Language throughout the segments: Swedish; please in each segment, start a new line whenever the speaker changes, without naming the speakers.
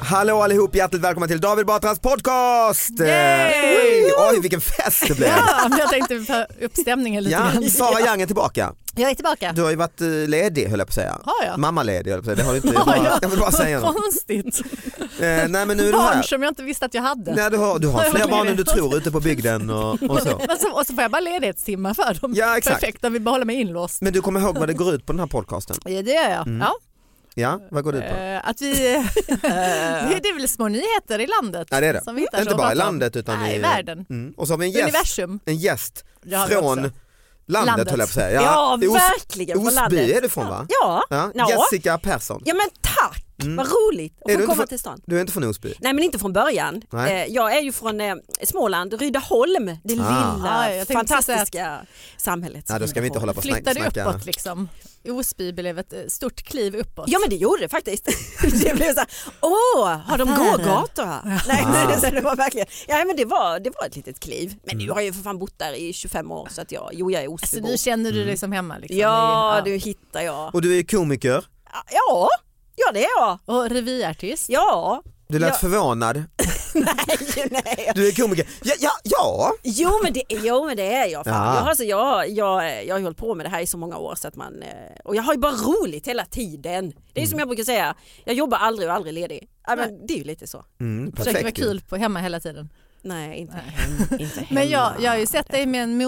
Hallå allihop, hjärtligt välkomna till David Batras podcast!
Yay!
Oj, Oj, vilken fest det blev!
Ja, men jag tänkte ta upp stämningen lite
Ja,
grann.
Sara Young är tillbaka.
Jag är tillbaka.
Du har ju varit eh, ledig höll jag på att säga.
Har jag?
Mammaledig höll jag på att säga. Det har du inte. Jag,
Ja,
bara,
ja.
jag vill bara säga
Vad
något.
konstigt.
Eh, nej men nu är du
Barn
här.
som jag inte visste att jag hade.
Nej, du, har, du har
Jag
fler
var
barn än du
ledig.
tror ute på bygden och, och så.
Men så, och så får jag bara ledighetstimmar för dem.
Ja, exakt.
Perfekt, de vill behålla mig inlåst.
Men du kommer ihåg vad det går ut på den här podcasten?
Ja, det gör
Mm.
jag. Ja.
Ja, vad går det ut på?
Eh, Att vi, det är det är väl små nyheter i landet.
Ja det är det.
Som vi hittar så
inte
att
bara i
prata om.
landet utan
Nej, i världen.
Mm. Och så har vi en gäst,
Universum.
en gäst
Det har vi
från
också.
landet,
Landet.
höll jag på att säga.
Ja,
Os-
verkligen från
Osby
landet.
är du från va?
Ja,
Ja.
ja.
Jessica Persson.
ja men tack, vad roligt att
Mm. Är du inte
få komma
från-
till stan.
Du är inte från Osby?
Nej men inte från början.
Nej.
Eh, Jag är ju från eh, Småland, Rydaholm, det
Ah.
lilla
Ja, jag tänkte
fantastiska samhället.
Nej, då ska vi inte hålla på och snack,
Flyttade
snacka.
uppåt liksom. Osby blev ett eh, stort kliv uppåt.
Ja men det gjorde det faktiskt. Det blev så här, åh, har de gågator här? Nej,
Ah.
men det- det var verkligen, ja men det var, det var ett litet kliv. Men
Mm.
nu har jag ju för fan bott där i 25 år så att jag, jo jag är
Så
Osbybo.
Alltså, nu känner du
Mm.
dig som hemma? Liksom,
Ja,
i-
du hittar jag.
Och du är komiker.
Ja, ja det är jag.
Och revyartist?
Ja.
Du lät
Ja.
förvånad.
Nej, nej.
Du är komiker. Ja, ja, ja.
Jo men det, jo, men det är jag. Fan.
Ja.
Jag, har- alltså, jag, jag, jag har ju hållit på med det här i så många år så att man, eh, och jag har ju bara roligt hela tiden. Det är
Mm.
ju som jag brukar säga, jag jobbar aldrig och aldrig ledig. Ja, men det är ju lite så.
Mm,
Försöker vara
perfekt. ju.
kul på hemma hela tiden.
Nej inte, hem, inte hemma.
Men jag, jag har ju sett dig med en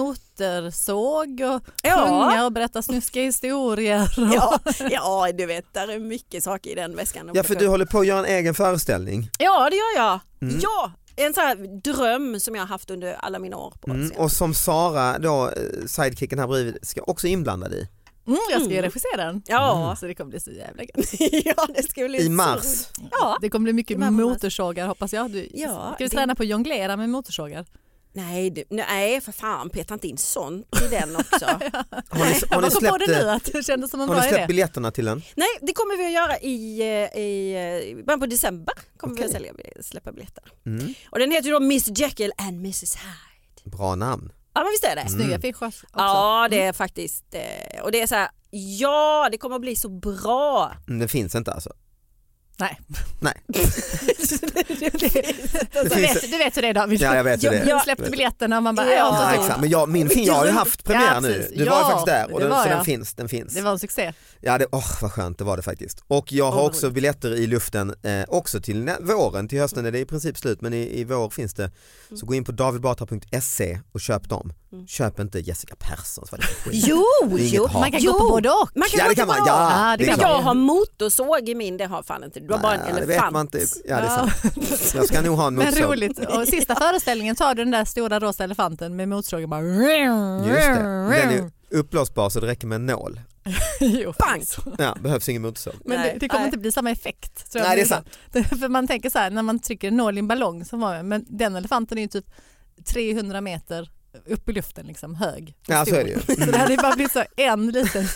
motorsåg och
Ja.
sjunga och berätta snuskiga historier. Och
Ja, ja du vet, där är mycket saker i den väskan.
Ja, för du Mm. håller på att göra en egen föreställning.
ja det gör jag. Ja, en sån här dröm som jag har haft under alla mina år på
Mm,
scen.
och som Sara, då, eh, sidekicken här bredvid, ska också inblandad i.
Mm, jag ska ju regissera den. Mm,
Ja.
Så det kommer bli så jävla gött.
ja, det ska bli
Mm. I
så
mars.
roligt. Ja.
Det kommer bli mycket
Det var mammas.
motorsågar hoppas jag. Du,
Ja,
ska vi
det-
träna på att jonglera med motorsågar?
Nej, det, nej för fan peta inte in sånt i den också.
Har ni, har
Jag
ni
bara kom på
släppt,
det nu
eh,
att det kändes som en
har ni
bra
släppt
idé.
biljetterna till den?
Nej, det kommer vi att göra i, eh, i, eh, i början på december. Kommer vi
Okej.
att sälja, släppa biljetter.
Mm.
Och den heter ju då Miss Jekyll and Mrs Hyde.
Bra namn.
Ja men visst är det?
Mm.
Snygga affischer också. Mm.
Mm. Ja det är faktiskt, eh, och det är så här, ja det kommer att bli så bra.
Mm, Det finns inte alltså.
Nej.
Nej.
Du vet, du vet hur det är David.
Ja, jag vet hur det är.
Jag släppte biljetterna och man bara,
Ja.
jag har
Ja,
inte tid.
exakt. Men jag, min, fin- jag har ju haft premiär
Ja,
nu.
precis.
Du var ju
Ja,
faktiskt där och
det
den,
var
så den
jag.
finns. Den finns.
Det var en succé.
Ja, det, åh vad skönt det var det faktiskt. Och jag har
Åh,
också
roligt.
biljetter i luften eh, också till nä- våren, till hösten är det i princip slut men i, i vår finns det.
Mm.
Så gå in på davidbatra.se och köp dem. Köp inte Jessica Perssons, vad det är för skit.
Jo,
Det är inget
jo.
hat.
Man kan
Jo.
gå på både och.
Man kan
Ja,
gå
det
till
kan man.
bra.
Ja,
Ja, det
det är
kan
Men
klart.
jag har motorsåg i min, det har fan inte du. Du har bara en
Nej, Det vet
elefant.
man typ. inte. Ja, det är sant. Jag ska nog ha en
Men
motorsåg.
roligt. Och sista föreställningen tar du den där stora rosa elefanten med motorsågen bara.
Just det. Den är, uppblåsbar så det räcker med en nål.
Jo,
Bang!
Ja, behövs ingen motorsåg.
Men
Nej,
det, det kommer
nej.
inte bli samma effekt. tror
Nej, det är
För man tänker så här, när man trycker en nål i en ballong, så var, men den elefanten är ju typ 300 meter upp i luften, liksom hög. och
Ja, så
stor.
är det ju.
Så det hade ju bara blivit så en liten,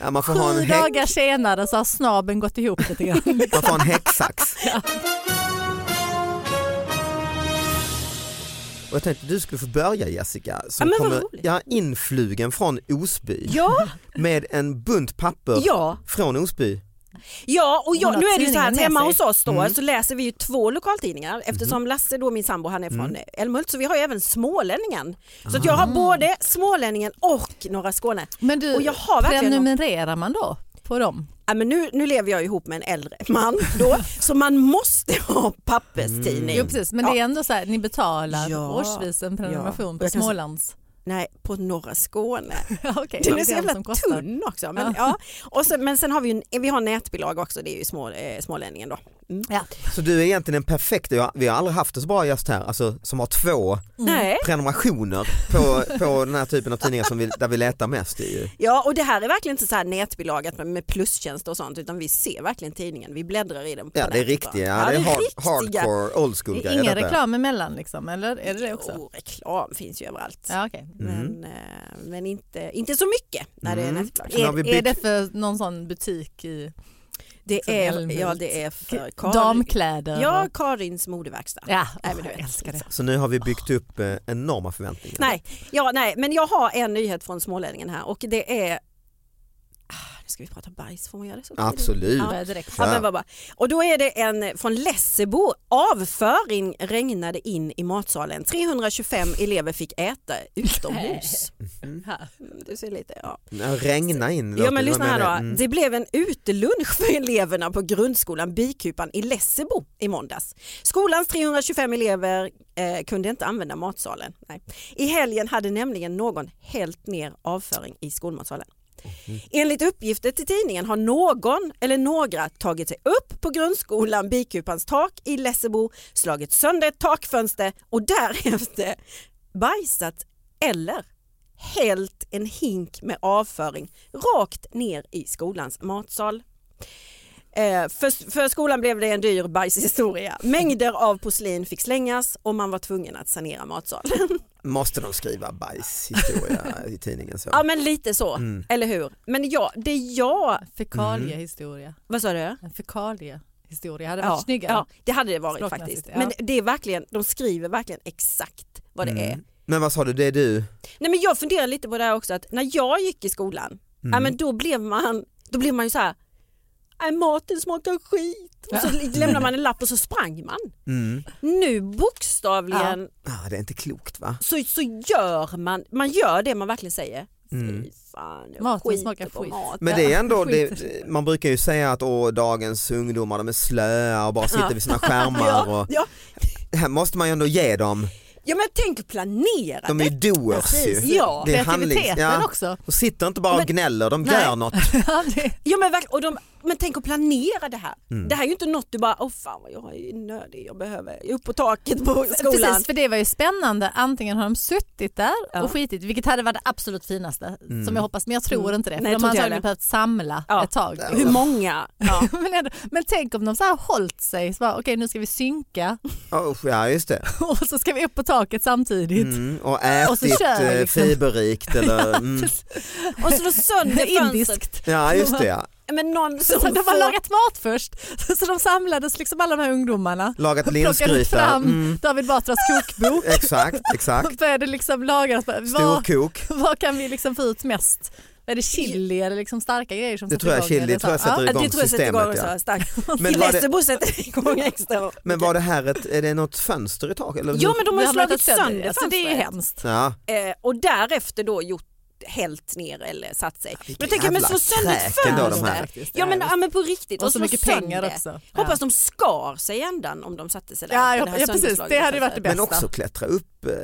Ja, man får ha en
sju
häck,
dagar senare så har snaben gått ihop lite grann.
man får ha en häcksax. Och jag tänkte du skulle få börja Jessica, som
Ja, men vad
kommer
roligt.
ja, influgen från Osby
Ja,
med en bunt papper
ja,
från Osby.
ja och
Hon
jag,
har
nu är det ju så här att
tidningen med
hemma
sig. Mm.
hos oss då så läser vi ju två lokaltidningar eftersom Lasse då min sambo han är från mm. Älmhult så vi har ju även Smålänningen. Så att jag har både Smålänningen och Norra Skåne.
Ah. Men du,
Och jag har verkligen-
prenumererar man då på dem?
Ja, men nu, nu lever jag ihop med en äldre man då så man måste ha papperstidning.
Mm. Jo precis, men det är ändå så här, ni betalar
Ja.
årsvis en prenumeration
Ja.
på
Jag kan-
Smålands.
Nej, på norra Skåne.
Ja, okej,
Den
det
är så
den
jävla
som kostar.
tunn också. Men, ja. Och sen, men sen har vi ju en, vi har en nätbilaga också, det är ju små, eh, Smålänningen då. Mm.
Ja.
Så du är egentligen en perfekt, jag- vi har aldrig haft en så bra gäst här, alltså, som har två
Mm.
Nej.
prenumerationer på, på den här typen av tidningar som vi, där vi letar mest. i Ju.
Ja, och det här är verkligen inte så här nätbilagat med, med plustjänster och sånt utan vi ser verkligen tidningen, vi bläddrar i den. på
Ja det är
nätet
riktiga, ja,
bara.
det är hard,
riktiga.
hardcore old school
Det
grejer.
är ingen
detta.
reklam emellan liksom, eller är det det också?
Jo, reklam finns ju överallt.
Ja, okej.
Mm.
Men, eh, men inte, inte så mycket när det är nätbilaga.
Sen har vi
Är, är
bytt-
det för någon sån butik i
Det
Som
är,
Älmhult.
ja, det är för Karin.
damkläder?
Ja,
och-
Karins modeverkstad.
ja.
Nej, men
åh,
du
jag
vet.
älskar det.
Så nu har vi byggt upp eh, enorma förväntningar.
Nej, ja, nej, men jag har en nyhet från Smålänningen här och det är... Ah, Nu ska vi prata bajs, får man göra det så?
Absolut.
Börjar direkt.
Ja, men vad bra. Och då är det en från Lessebo. Avföring regnade in i matsalen. 325 elever fick äta utomhus.
Här.
Mm, Du ser lite, ja.
Ja, Regna in.
Ja
låter-
men
vad
lyssna här
menar
då.
jag? Mm.
Det blev en utelunch för eleverna på grundskolan Bikupan i Lessebo i måndags. Skolans 325 elever eh, kunde inte använda matsalen. Nej. I helgen hade nämligen någon hällt ner avföring i skolmatsalen.
Mhm.
Enligt uppgifter till tidningen har någon eller några tagit sig upp på grundskolan Bikupans tak i Lessebo, slagit sönder ett takfönster och därefter bajsat eller hällt en hink med avföring rakt ner i skolans matsal. Eh, För, för skolan blev det en dyr bajshistoria. Mängder av porslin fick slängas och man var tvungen att sanera matsalen.
Mm. Måste de skriva bajshistoria i tidningen så?
ja men lite så, eller hur? Men ja, det jag...
Fekaliehistoria.
Vad sa du?
En fekaliehistoria hade varit snyggare.
ja, det hade det varit
Språkmässigt,
faktiskt.
ja.
Men det är verkligen, de skriver verkligen exakt vad det är.
Men vad sa du, det är du?
Nej men jag funderar lite på det här också att när jag gick i skolan,
Mm.
ja, men då blev man, då blev man ju så här Nej, maten smakar skit. Och så lämnade man en lapp och så sprang man.
Mm.
Nu bokstavligen
Ah, det är inte klokt va?
så, så gör man, man gör det man verkligen säger. Fy fan, jag
Maten
skiter
smakar
på
skit.
maten.
Mm. Men det är ändå, det,
skit.
man brukar ju säga att åh, dagens ungdomar de är slöa och bara sitter vid sina skärmar. Och,
Ja,
här måste man ju ändå ge dem,
ja men tänk planera.
de är ju doers ju.
Precis. Ja.
Det är handlings-
Kreativiteten
ja.
också.
De sitter inte bara och gnäller, de
Nej.
gör något.
Ja, det-
Ja, men, verkligen. och de, men tänk att planera det här.
Mm.
Det här är ju inte något du bara, åh fan vad jag är nödig, jag behöver, jag är upp på taket på skolan.
Precis, för det var ju spännande. Antingen har de suttit där och skitit, vilket hade varit det absolut finaste
Mm.
som jag hoppas, men jag tror inte det. För
Mm. Nej, jag
de
tror
har
inte jag
antagligen
det.
behövt samla
Ja.
ett tag.
Hur många? Ja.
men, ändå, men tänk om de så här hållit sig, så bara, okej nu ska vi synka
Oh, ja just det.
och så ska vi upp på taket samtidigt.
Mm, och
Och så
ätit
kör vi
eh,
liksom.
fiberrikt eller... Mm.
Och så då sönder fönstret.
Indiskt.
Ja just det ja.
Men någon som
Så de
får-
har lagat mat först, så de samlades liksom alla de här ungdomarna.
Lagat
Plockade
linsgryta.
fram
Mm.
David Batras kokbok
Exakt,
och
exakt.
började liksom laga. Vad,
Storkok.
vad kan vi liksom få ut mest? Är det chili eller liksom starka grejer som
Det
sätter
tror jag
igång
chili,
eller så?
tror jag sätter
Ja.
Ja,
igång
det tror jag sätter igång
systemet, ja.
så starkt.
Men
Men I
var det-
Lessebo sätter igång extra.
Men var det här ett, är det något fönster i taket? Eller?
Ja men de har
Det
ju slagit sönder
det. Alltså, det är ju
fönstret.
hemskt.
Ja.
Eh, och därefter då gjort hällt ner eller satt sig. Men jag tänker,
jävla
men slå sönder ett
kräk ändå de
fönster.
här.
Ja men, ja men på riktigt.
Och så
slå
mycket pengar
sönder.
också. Ja.
Hoppas de skar sig i ändan om de satte sig där.
Ja,
på
jag-
här
ja, precis. Det
sönderslagna
hade ju varit det
fönstret.
bästa.
Men också klättra upp upp, eh,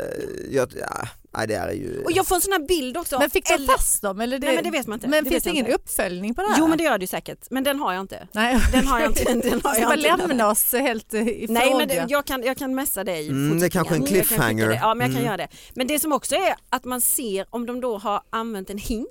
jag, ja, nej, det här är ju...
Och jag får en sån här bild också.
Men fick de
Eller-
fast dem? Eller det,
Nej, men det vet man inte.
Men
Det
finns
vet jag
ingen
inte.
uppföljning på det här?
Jo men det gör det ju säkert, men den har jag inte.
Nej.
Den har jag inte. Den har
Ska
jag
bara
inte.
lämna oss helt eh, i
Nej
fråga.
men det, jag kan, jag kan messa
Mm,
dig. fotograferingen.
det är kanske en
Jag kan skicka
cliffhanger.
det. ja men jag kan
Mm.
göra det. Men det som också är att man ser om de då har använt en hink,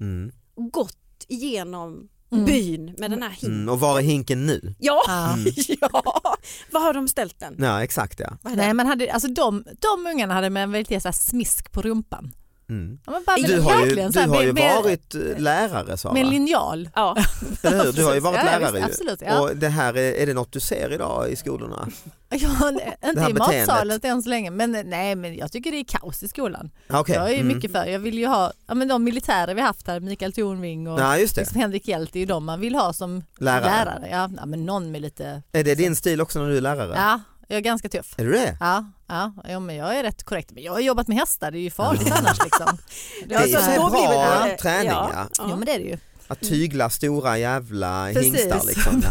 Mm.
gått igenom
Mm.
byn med den här hinken.
Mm, Ah. och var är hinken nu?
Ja,
Ja.
ja. Vad har de ställt den?
Ja exakt ja.
Vad är det?
Nej men hade, alltså de, de ungarna hade med en väldigt så här smisk på rumpan.
Mm.
Ja, men bara,
Du har ju,
verkligen så
du
här,
har
med-
ju
med-
varit eh, lärare Sara,
Med en linjal.
Ja,
eller hur? Du har ju varit
Ja, ja,
lärare
visst,
ju.
absolut, ja.
Och det här, eh, är, är det något du ser idag i skolorna?
Ja, nej, inte
här
i
beteendet.
matsalen inte än så länge men eh, nej men jag tycker det är kaos i skolan.
Okay.
Jag är ju mycket för, jag vill ju ha, ja men de militärer vi haft här, Mikael Tornving och
Ja just det.
liksom Henrik Hjelt, det är ju de man vill ha som
Lärare.
lärare. Ja, ja, men någon med lite,
Är det din stil också när du är lärare?
ja jag är ganska tuff.
Är du det?
Ja, ja, ja, men jag är rätt korrekt. Men jag har jobbat med hästar, det är ju farligt annars liksom.
Det är
så
ju
här-
bra
Alltså, då blir det- ja.
träning ja.
Ja men det är det ju.
Att tygla stora jävla hingstar liksom. Ja.
Mm.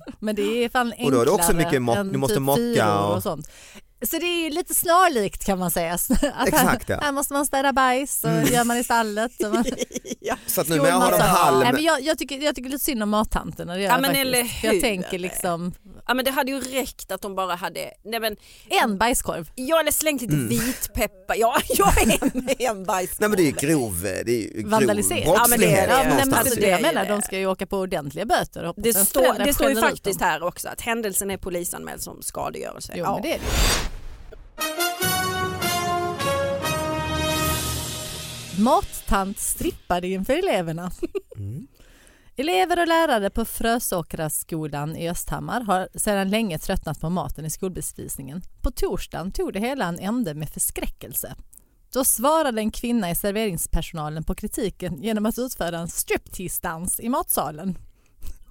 precis. Men det är fan enklare
Och då är det också mycket mock-
än
du måste
typ
mocka
fyror
och-
och sånt. Så det är ju lite snarlikt kan man säga. Att
Exakt, ja.
här, här måste man städa bajs och gör man i stallet. Och man,
Så att numera har de
Skolmatsal. Nej,
halm.
men jag, jag, tycker, jag tycker lite synd om mattanterna. Det gör
Ja,
jag
men
faktiskt.
eller
För
hur?
Jag tänker liksom
ja men det hade ju räckt att de bara hade, nej men,
en bajskorv.
jag hade slängt lite vitpeppar, ja jag är med
Mm.
en bajskorv.
Nej men det är ju grov, eh, det är ju grov
Vandalisering.
brottslighet
Ja, men det är det.
Ja, men, nej, men
någonstans
det är
ju.
Alltså,
det jag
det är ju
menar,
det.
de ska ju åka på ordentliga böter. och hoppas
Det
att
står,
föräldrar
det står ju
skäller ut
faktiskt
dem.
här också att händelsen är polisanmäld som skadegörelse.
Jo,
Ja.
men det är det. ju. Mattant strippade inför eleverna. Elever och lärare på Frösåkraskolan i Östhammar har sedan länge tröttnat på maten i skolbespisningen. På torsdagen tog det hela en ände med förskräckelse. Då svarade en kvinna i serveringspersonalen på kritiken genom att utföra en striptease-dans i matsalen.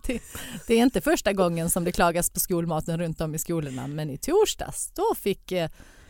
Det, det är inte första gången som det klagas på skolmaten runt om i skolorna men i torsdags då fick eh,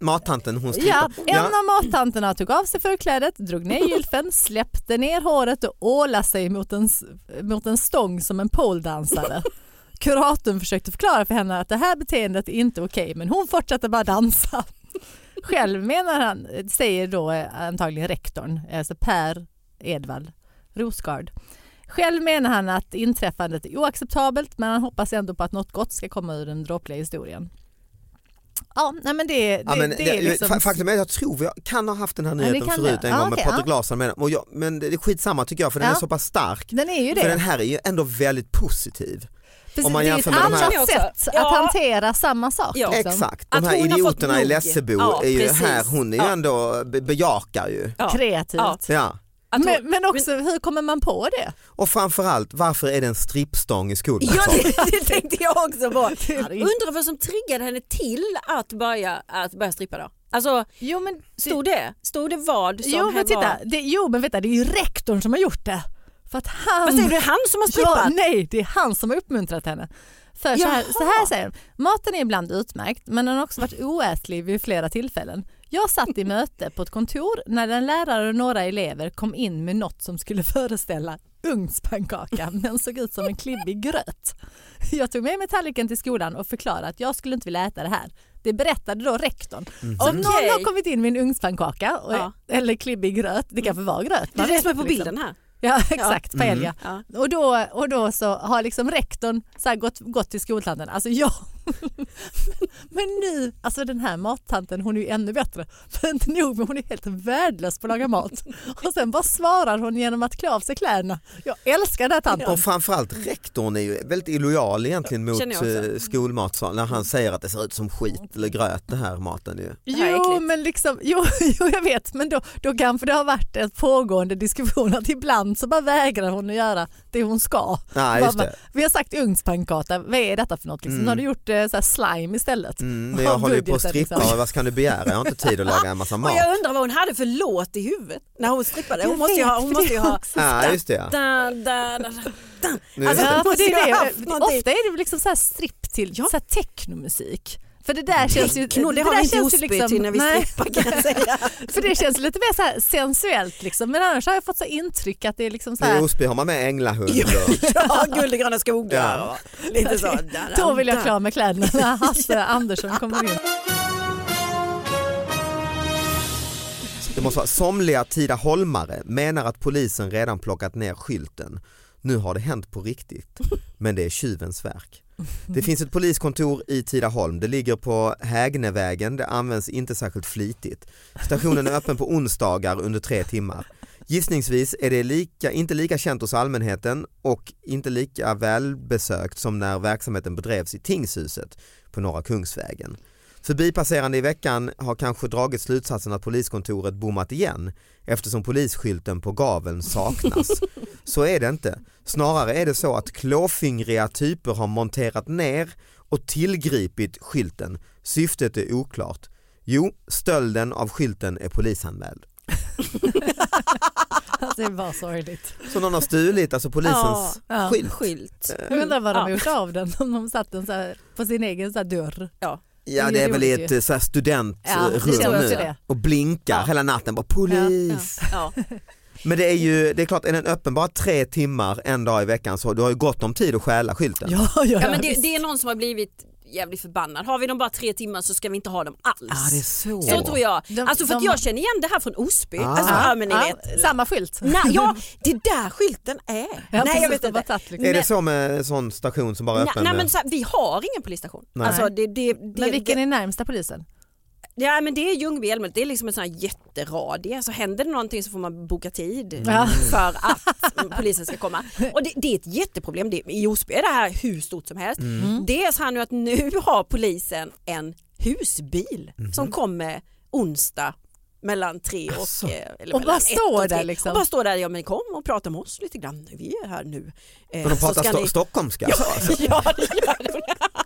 Mattanten hon
ja,
strippar.
en av mattanterna tog av sig förklädet, drog ner gylfen, släppte ner håret och ålade sig mot en, s- mot en stång som en poledansare. Kuratorn försökte förklara för henne att det här beteendet är inte okej men hon fortsatte bara dansa. Själv menar han, säger då eh, antagligen rektorn, alltså Per Edvald Rosgard. Själv menar han att inträffandet är oacceptabelt men han hoppas ändå på att något gott ska komma ur den dråpliga historien. Ja, nej men det, det,
Ja, men
det är
det-
liksom...
fa- Faktum är att jag tror vi kan ha haft den här
det
nyheten
kan
förut
det.
en gång
Ja,
med
okej,
Patrik
ja.
Larsson men, och jag, men det är skitsamma tycker jag för den
Ja.
är så pass stark.
Den är ju det.
För den här är ju ändå väldigt positiv.
Precis,
om man
det är ett
jämför med de här-
annat liksom. sätt
Ja.
att hantera samma sak.
Ja.
liksom.
Exakt, de
Att
här
hon har fått
idioterna i
nog.
Lessebo
Ja,
är ju
precis.
här, hon är ju
Ja.
ändå, eh, be- bejakar ju.
Ja.
Kreativt.
Ja.
Ja.
Att hon-
Men, men också hur kommer man på det?
Och framförallt, varför är det en strippstång i skolan?
Ja,
Sara?
det, det tänkte jag också på. Undrar vad som triggade henne till att börja, att börja strippa då? Alltså,
Jo men,
stod det, stod det vad som
jo, men
henne
titta,
var?
det, jo men vänta det är ju rektorn som har gjort det. För att han...
Vad säger du, det är han som har strippat?
Ja, nej, det är han som har uppmuntrat henne. För så här,
Jaha.
så här säger hon, maten är ibland utmärkt men den har också varit oätlig vid flera tillfällen. Jag satt i möte på ett kontor när en lärare och några elever kom in med något som skulle föreställa ugnspannkaka men såg ut som en klibbig gröt. Jag tog med mig tallriken till skolan och förklarade att jag skulle inte vilja äta det här. Det berättade då rektorn. Om någon
Okej.
har kommit in med en ugnspannkaka och,
Mm. Ja.
eller klibbig gröt, det kanske var gröt.
Det är
man
det
vet
som är på
liksom.
bilden här.
Ja exakt, paella.
Ja.
Och, då, och då så har liksom rektorn så här gått, gått till skoltanten, alltså jag, men nu, alltså den här mattanten hon är ju ännu bättre, för inte nog men hon är helt värdelös på att laga mat. Och sen bara svarar hon genom att klä av sig kläderna. Jag älskar den här tanten.
Och framförallt rektorn är ju väldigt illojal egentligen mot
Känner jag också.
eh, skolmatsalen när han säger att det ser ut som skit eller gröt det här maten. Ju.
Det här är
Jo,
äckligt.
men liksom, jo, jo, jag vet, men då, då kanske det har varit en pågående diskussion att ibland så bara vägrar hon att göra det hon ska.
Nej, just
Bara,
det.
Vi har sagt ugnspannkaka, vad är detta för något? Liksom? Nu har du gjort eh, så här slime istället.
Mm, men jag
Av
håller ju på att
budgeten,
strippa,
liksom.
vad kan du begära? Jag har inte tid att laga en massa
Och
mat.
jag undrar vad hon hade för låt i huvudet när hon strippade. Hon
Jag
måste ju ha...
vet, för
Hon måste
det
ju ha
också-
Ja, just det ja.
da, da, da, da.
Nu-
Alltså,
Ja, för det
Jag har
är
haft
det.
någonting.
Ofta är det väl liksom så här stripp till så här technomusik. För det
Mm.
där känns ju...
Techno, det har
där
vi inte i
känns ju liksom-
Osby till när vi
nej.
strippar kan jag säga.
För det känns lite mer så här sensuellt liksom. Men annars har jag fått så här intryck att det är liksom så
I
här...
Osby har man med änglahund. och-
Ja, guld och gröna skogar
Ja.
och lite så. Da, da,
Då vill jag
da.
klä av mig kläderna när Hasse Andersson kommer in.
Det måste vara somliga Tidaholmare menar att polisen redan plockat ner skylten. Nu har det hänt på riktigt, men det är tjuvens verk. Det finns ett poliskontor i Tidaholm, det ligger på Hägnevägen, det används inte särskilt flitigt. Stationen är öppen på onsdagar under tre timmar. Gissningsvis är det lika, inte lika känt hos allmänheten och inte lika välbesökt som när verksamheten bedrevs i Tingshuset på Norra Kungsvägen. Förbipasserande i veckan har kanske dragit slutsatsen att poliskontoret bommat igen eftersom polisskylten på gaveln saknas. Så är det inte. Snarare är det så att klåfingriga typer har monterat ner och tillgripit skylten. Syftet är oklart. Jo, stölden av skylten är polisanmäld.
Alltså det var sorgligt.
Så någon har stulit alltså polisens
ja.
skylt.
Skylt.
Jag undrar vad de har
Ja.
gjort av den. Om de satt den så här på sin egen så här dörr.
Ja.
Ja
Det
det är
är
väl i
roligt
ett
ju.
eh, så här,
Ja, det
studentrum
känns också
nu
det.
och blinkar hela natten bara polis.
Ja.
Men det är ju, det är klart, är den öppen bara tre timmar en dag i veckan så du har ju gott om tid att stjäla skylten.
Ja, ja,
Ja, men det, det är någon som har blivit jävligt förbannad. Har vi dem bara tre timmar så ska vi inte ha dem alls.
Ah, det är så.
Så tror jag.
De-
alltså för att
de-
jag känner igen det här från Osby.
Ah.
Alltså, ja, men ni
Ja,
vet.
samma skylt.
Nej, ja, det är där skylten är.
Ja,
nej,
precis,
jag vet
de har
inte.
tagit liksom-
Är det så med en sån station som bara är
Nej,
öppen?
nej, men så här, vi har ingen polisstation.
Nej.
Alltså, det, det, det,
Men vilken
det,
är närmsta polisen?
ja, men det är Ljungby Älmhult. Det är liksom en sån här jätteradie. Så händer det någonting så får man boka tid Mm.
Ja.
för att polisen ska komma. Och det, det är ett jätteproblem. Det, I Osby är det här hur stort som helst.
Mm.
Det är så här nu att nu har polisen en husbil
Mm.
som kommer onsdag mellan tre och... eh,
Alltså.
Eller
Och
mellan
bara
ett
står
tre.
där liksom.
Och bara står där, ja men kom och prata med oss lite grann. Vi är här nu. Eh,
För de
så
pratar
ska
sto-
ni-
stockholmska? Alltså.
Ja, det gör de.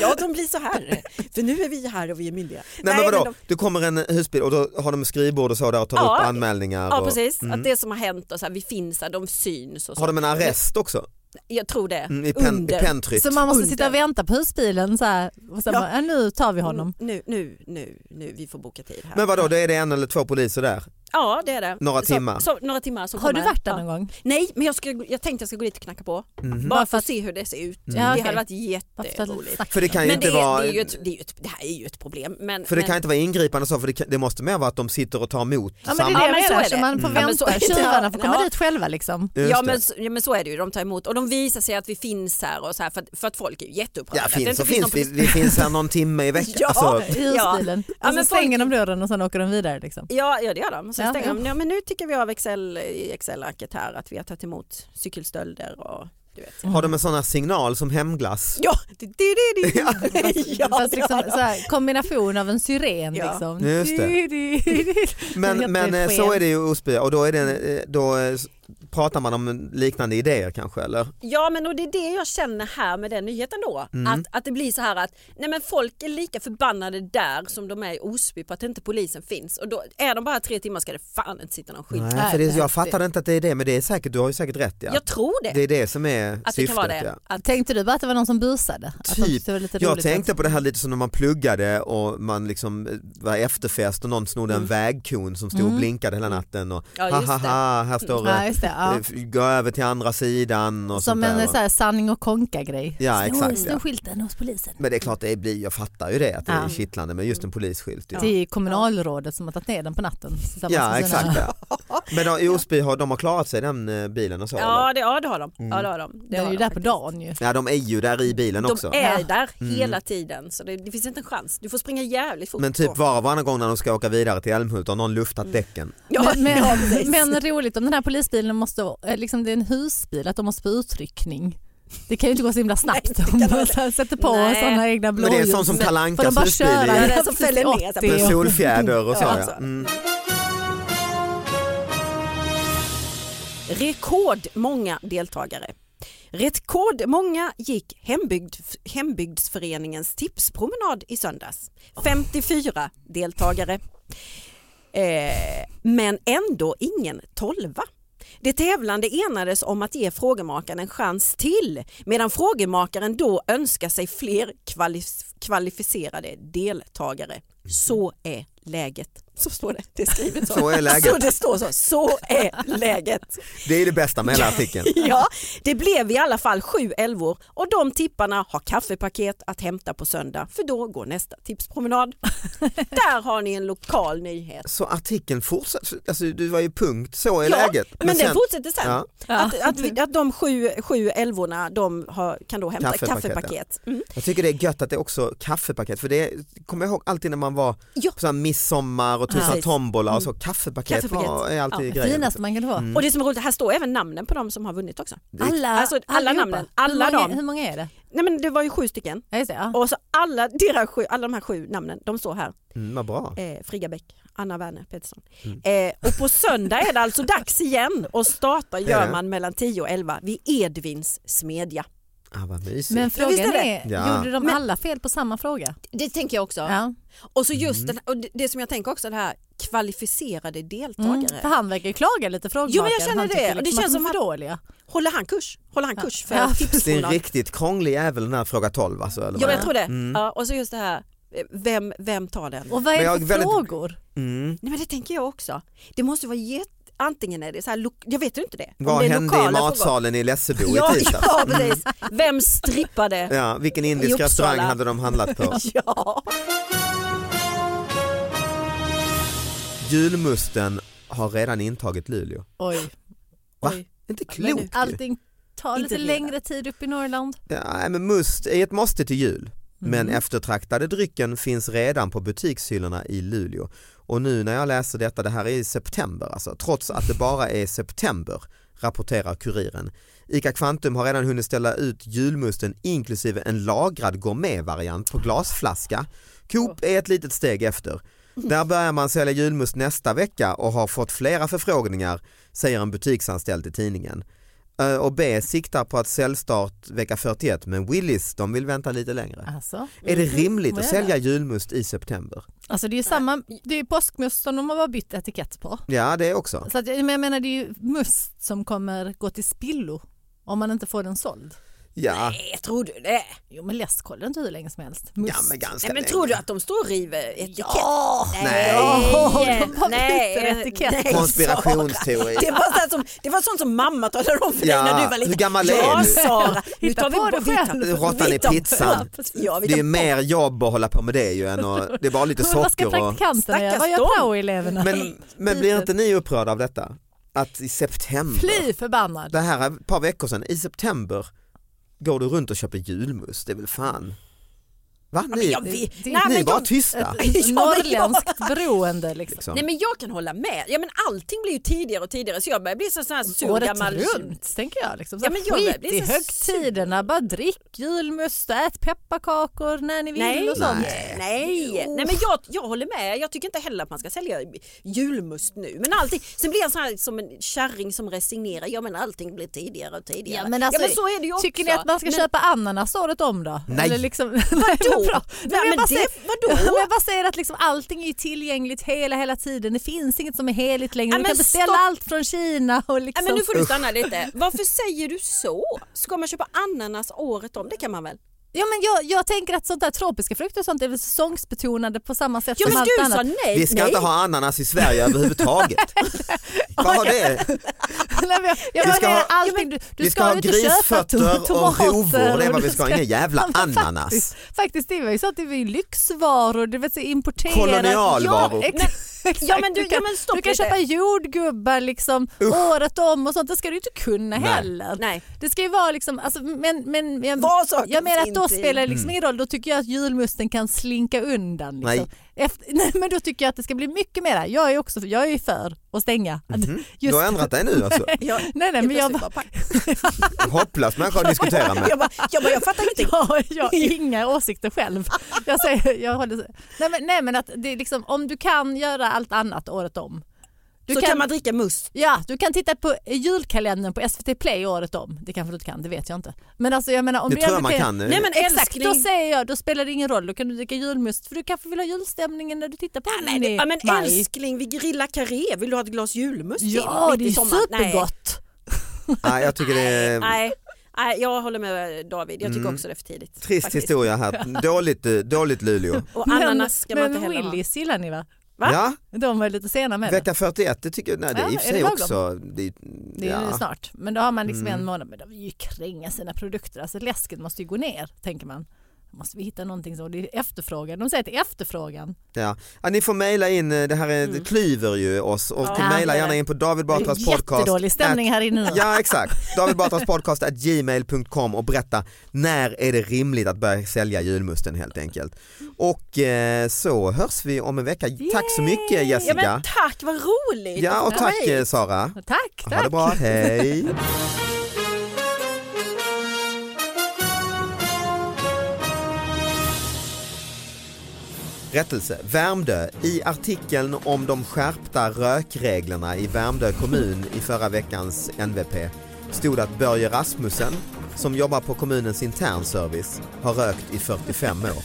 Ja, de blir så här. För nu är vi här och vi är myndiga.
Nej, men vadå,
de-
det kommer en husbil och då har de skrivbord och så där och tar
Ja.
upp anmälningar.
Ja
och,
precis, att det som har hänt och så här, vi finns här, de syns och
Mm.
så.
Har de en arrest också?
Jag tror det.
Mm, I, pen, i
Under.
pentryck?
Så man måste
Under.
sitta och vänta på husbilen så här, och sen
Ja.
bara, ja, Mm. nu tar vi honom.
Mm, Nu, nu, nu, nu, vi får boka tid här.
Men vadå, då är det en eller två poliser där?
ja det är det.
Några
så,
timmar.
Så, några timmar som
Har du
kommer.
varit där
Ja.
någon gång?
Nej, men jag, ska, jag tänkte jag ska gå dit och knacka på. Bara
Mhm.
Bara
för
för
att se hur det ser ut.
Ja,
Det
okej.
hade varit
Bara för att
jätteroligt.
snacka.
För Mm. det kan ju
Men det,
inte
är,
vara...
det, är ju ett, det, är ju ett, det här är ju ett problem. Men,
För det
men,
kan inte vara ingripande så, för det, kan, det måste mer vara att de sitter och tar emot
Ja, men det
samma...
är det
Ja, men
jag
så är
menar,
det.
så man får
Mm. Ja, men så
vänta.
är det.
Tjuvarna får komma
Ja.
dit själva liksom.
Just
Ja
det.
men, så- ja men så är det ju, de tar emot och de visar sig att vi finns här och så här för att, för att folk är ju jätteupprörda.
Ja,
Att det
finns
inte
och finns. Vi,
någon-
vi finns här någon timme i veckan.
Ja.
Alltså,
I husbilen.
Ja.
Ja.
Ja,
Och så
men folk-
stänger de dörren och sen åker de vidare liksom.
Ja, ja det gör de. Sen
Ja,
stänger
ja.
de. Ja, men nu tycker vi av Excel, i Excel-arket här att vi har tagit emot cykelstölder och du vet.
har de en sån här signal som hemglass?
Ja, det det är det. Ja, ja,
Fast liksom
ja,
så här, kombination av en syren
Ja.
liksom.
Just det.
Di, di, di, di.
Men,
Jättesken.
men eh, så är det ju i Osby och då är det, eh, då, eh, pratar man om liknande idéer kanske eller?
Ja men och det är det jag känner här med den nyheten då.
Mm.
Att, att det blir så här att nej men folk är lika förbannade där som de är i Osby på att inte polisen finns. Och då är de bara tre timmar ska det fan inte sitta någon skit.
Nej, för det, jag fattade inte att det är det men det är säkert, du har ju säkert rätt ja.
Jag tror det.
Det är det som är
att det
syftet.
kan vara det.
Ja.
Att,
Tänkte du bara att det var någon som busade? Att de
Typ,
tyckte det var lite
jag
roligt liksom?
tänkte
också?
på det här lite som när man pluggade och man liksom eh, var efterfest och någon snodde en vägkon som stod och blinkade hela natten och
Ja,
ha
just
ha ha, här står
Ja,
det,
just det, Mm. ja.
eh, gå över till andra sidan och
Som
sånt där.
en
va.
så här, sanning och konka-grej.
Ja exakt.
Står
Ja.
skylten hos polisen?
Men det är klart det blir, jag fattar ju det att det är
Ja.
kittlande men just en polisskylt. Ja.
Det är kommunalrådet som har tagit ner den på natten. tillsammans
Ja
med sina-
exakt. Ja. Men då, i Osby har de har klarat sig den eh, bilen och så?
ja,
eller?
det, ja det har de.
Mm.
Ja, det har de.
Det är
har
ju
de
där på dagen ju.
ja de är ju där i bilen
De
också. Mm.
är
Ja.
där hela tiden så det, det finns inte en chans. Du får springa jävligt fort.
Men
på.
typ var och varannan gång när de ska åka vidare till Älmhult har någon luftat
Mm.
däcken.
Ja,
men,
ja,
men,
precis.
men roligt om den här polisbilen måste, eh, liksom det är en husbil, att de måste på utryckning. Det kan ju inte gå så himla snabbt om man så här sätter på
Nej.
sådana egna
Men
blåljus.
det är en sån som Kalle
Får de
Ankas
bara
husbil
köra
i-
Den som
precis
fäller ner
80
sig.
Med
och-
solfjäder och så
Ja, alltså.
ja.
så.
Mm.
Rekordmånga deltagare. Rekordmånga gick hembygd, hembygdsföreningens tipspromenad i söndags. 54 deltagare. Eh, men ändå ingen tolva. Det tävlande enades om att ge frågemakaren en chans till medan frågemakaren då önskar sig fler kvalif- kvalificerade deltagare. Så är läget. Så står det. Det är skrivet så.
Så är läget.
Så det står så. Så är läget.
Det är det bästa med hela artikeln.
Ja, det blev i alla fall sju elvor och de tipparna har kaffepaket att hämta på söndag för då går nästa tipspromenad. Där har ni en lokal nyhet.
Så artikeln fortsätter, alltså, du var ju punkt, så är
Ja,
läget.
men, den fortsätter sen.
Ja.
Att, att, vi, att de sju, sju elvorna de har, kan då hämta
Kaffepaket,
kaffepaket.
ja.
Mm.
Jag tycker det är gött att det är också kaffepaket, för det kommer jag ihåg alltid när man var
Ja.
på så här midsommar och tusan
Ja.
tombola och så, kaffepaket,
Kaffepaket.
Var, är alltid
Det
grejen.
finaste man kan få.
Mm.
Och det som är roligt, här står även namnen på de som har vunnit också.
Alla,
Alltså, alla
allihopa.
namnen, alla
hur, många,
dem.
hur många är det?
Nej men det var ju sju stycken.
Ja, just det, ja.
Och så alla, deras sju, alla de här sju namnen, de står här.
Mm, vad bra.
eh, Frigga Bäck, Anna Werner Pettersson.
Mm.
Eh, och på söndag är det alltså dags igen och starta
är det.
gör man mellan 10 och 11 vid Edvins smedja.
Ah, vad mysigt.
Men frågan
visst är det?
är,
Ja.
gjorde de
Men-
alla fel på samma fråga?
Det tänker jag också.
Ja.
Och så
Mm.
just den, och det- det som jag tänker också det här kvalificerade
Mm.
deltagare.
För han verkar ju klaga lite frågemakaren.
Jo, men jag känner
han
det.
tycker
Och det
liksom
känns
att de är
som
för
att-
dåliga.
Håller han kurs? Håller han kurs för
Ja.
ja.
det är en
tipspromenad?
riktigt krånglig jävel den här Fråga 12 alltså, eller
Ja,
vad
men
det
jag tror det. Ja, och så just det här, eh, vem, vem tar den?
Och vad är
Men
det
jag
för
är väldigt-
frågor?
Nej men det tänker jag också. Det måste vara jätte... Antingen är det så här, lo- jag vet ju inte det.
är.
Om
Vad
det är
hände i
lokala frågor.
matsalen i Lessebo
Ja,
i tisdags? Mm.
ja precis. Vem strippade?
Ja, vilken indisk
Uppsala.
restaurang hade de handlat på?
Ja.
Julmusten har redan intagit Luleå.
Oj.
Va?
Oj.
Inte klokt ju.
Allting tar
Inte
lite
det.
längre tid upp i Norrland.
Ja, nej, men must är ett måste till jul. Men eftertraktade drycken finns redan på butikshyllorna i Luleå. Och nu när jag läser detta, det här är i september alltså, trots att det bara är september, rapporterar Kuriren. ICA Kvantum har redan hunnit ställa ut julmusten inklusive en lagrad gourmetvariant på glasflaska. Coop är ett litet steg efter. Där börjar man sälja julmust nästa vecka och har fått flera förfrågningar, säger en butiksanställd i tidningen. Ö och B siktar på att säljstart vecka 41 men Willys de vill vänta lite längre.
Alltså.
Är
Mm,
det rimligt att
Vad är
sälja julmust i september?
Alltså det är ju samma, det är ju påskmust som de har bara bytt etikett på.
Ja det också.
Så att, men jag menar det är ju must som kommer gå till spillo om man inte får den såld.
Ja,
Nej, tror du det?
Jo men läsk håller inte hur länge som helst. Must.
ja men ganska
Nej, men
länge.
tror du att de står och river etikett?
Ja!
Nej.
de bara byter etikett.
nej,
Konspirationsteori.
Sara. Det var, sånt som, det var sånt som mamma talade om för
Ja,
dig när du var liten.
hur gammal är
ja,
du?
Sara, nu
Hitta
tar vi
på det
bort vi tar-
själv.
Råttan i
vi tar-
pizzan.
Ja, precis. Ja, vi
Det är
tar
ju
bort-
mer jobb att hålla på med det ju än att, det är bara lite
Men Vad ska
socker och...
praktikanterna göra? Vad
Stackars
gör
dem.
praoeleverna?
Men, men blir inte ni upprörda av detta? Att i september,
Fly förbannad.
det här är ett par veckor sedan, i september går du runt och köper julmust, det är väl fan. Va?
men
Ni,
jag vet-
ni,
Nej, men
är bara
de-
tysta.
Ja, men jag-
Norrländskt beroende liksom.
Liksom.
Nej men jag kan hålla med. Ja, men allting blir ju tidigare och tidigare så jag börjar bli så, sån här sur
Året
gammal...
runt tänker jag. Liksom. Så
Ja, men jag
skit
börjar bli
i
så
högtiderna, bara drick julmust och ät pepparkakor när ni vill
Nej,
och sånt.
nej, nej. nej men jag, jag håller med. Jag tycker inte heller att man ska sälja julmust nu. Men allting, sen blir jag sån här som en kärring som resignerar. Ja men allting blir tidigare och tidigare.
Ja, men alltså,
så är det ju också.
Tycker ni att man ska
Men-
köpa ananas året om då?
Nej.
Eller liksom, nej vad bra. Nej,
Nej,
men jag
men
bara
det-
säger-
vadå?
Ja, men Jag bara säger att liksom allting är ju tillgängligt hela hela tiden. Det finns inget som är heligt längre.
Ja,
du
men
kan beställa
stopp.
allt från Kina. Och liksom.
Nej, men nu får du stanna lite. Varför säger du så? Ska man köpa ananas året om? Det kan man väl?
ja, men jag, jag tänker att sånt där tropiska frukter och sånt är väl säsongsbetonade på samma sätt
Ja
som
men
allt
du
annat.
sa nej.
Vi ska
nej.
inte ha ananas i Sverige överhuvudtaget. Vad har det?
Nej, men jag- jag
Vi ska
menar
ha-
allting. Du, du
vi ska ha
ju inte köpa
grisfötter
tom-
och
tomater
rovor, det är vad
och
vi
du
ska ha, inga jävla
Ja, men
ananas.
Faktiskt, faktiskt det var ju så att det var ju lyxvaror, det var så importerat.
Kolonialvaror.
Ja, ex- exakt.
ja, men du-
du kan,
ja, men stopp
du kan
lite.
köpa jordgubbar liksom, året om och sånt, det ska du ju inte kunna
Nej.
heller.
Nej.
Det ska ju vara liksom, alltså, men, men jag,
Var saker
jag menar att då
finns i.
spelar det liksom
Mm.
ingen roll, då tycker jag att julmusten kan slinka undan. Liksom.
Nej.
Efter, nej men då tycker jag att det ska bli mycket mera. Jag är också jag är ju för att stänga.
Mhm. Du har ändrat dig nu alltså.
Ja,
Nej, nej,
helt
men jag
plötsligt
bara-
pack.
Hopplös människa att diskutera med.
jag, bara, jag, bara, jag fattar ingenting.
Ja, jag har inga åsikter själv. Jag säger, jag håller, nej, men, nej men att det är liksom, om du kan göra allt annat året om. Du
så kan, man dricka must.
ja, du kan titta på julkalendern på SVT Play året om. Det kanske du inte kan, det vet jag inte. Men alltså jag menar om
Det
du
tror
ändå
jag man kan nu.
Nej men
Exakt,
älskling.
då säger jag, då spelar det ingen roll, då kan du dricka julmust för du kanske vill ha julstämningen när du tittar på den
Nej, det,
i
ja, men
maj.
älskling, vi grillar karré. Vill du ha ett glas julmust
Ja,
till?
det är
Mitt i sommaren?
supergott.
Nej, jag tycker det är
Nej. Nej. Nej, jag håller med David. Jag tycker också det är för tidigt.
Mm. trist
faktiskt.
historia här. Dåligt, eh, dåligt Luleå.
Och
Men-
ananas ska man
men
inte heller ha.
Willys gillar ni va?
Va?
Ja,
De var ju lite sena med det.
vecka 41, det tycker jag, nej det är
Ja,
i
är
och för sig
det lagom?
också. Det,
Det är ju
ja. Mm.
snart. Men då har man liksom en månad. Men de vill ju kränga sina produkter. Alltså läsken måste ju gå ner, tänker man. Då måste vi hitta någonting som, det är efterfrågan. De säger att det är efterfrågan.
Ja. Ja, ni får mejla in, eh, det här är, det klyver ju oss och
Mm. Ja,
mejla
det är
gärna
det.
in på David
Det är
Batras podcast.
Jättedålig stämning här inne nu.
Ja exakt, David Batras podcast at gmail.com och berätta när är det rimligt att börja sälja julmusten helt enkelt. Och eh, så hörs vi om en vecka. Tack så mycket
Ja,
Jessica.
men tack, vad roligt.
Ja och tack
Nej.
eh, Sara.
Tack, tack.
Ha det bra, hej. Rättelse, Värmdö. I artikeln om de skärpta rökreglerna i Värmdö kommun i förra veckans NVP stod att Börje Rasmussen, som jobbar på kommunens internservice, har rökt i 45 år.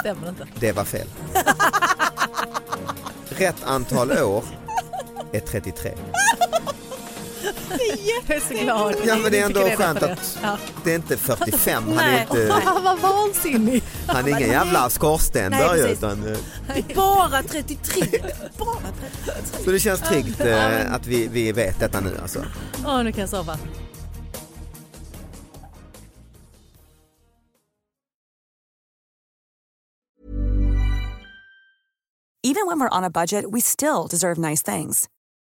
Stämmer inte.
Det var fel. Rätt antal år är 33.
Jag är så glad.
Ja men det är
Jag
ändå
fick reda på
skönt
det.
att
Ja.
det är inte 45, han är
Nej.
inte,
Vad vansinnig.
han är ingen jävla skorsten
Nej,
Börje,
precis.
utan, eh,
Bara 33. Bara 33.
Så det känns tryggt eh, att vi, vi vet detta nu alltså.
Åh, nu kan jag sova.
Even when we're on a budget, we still deserve nice things.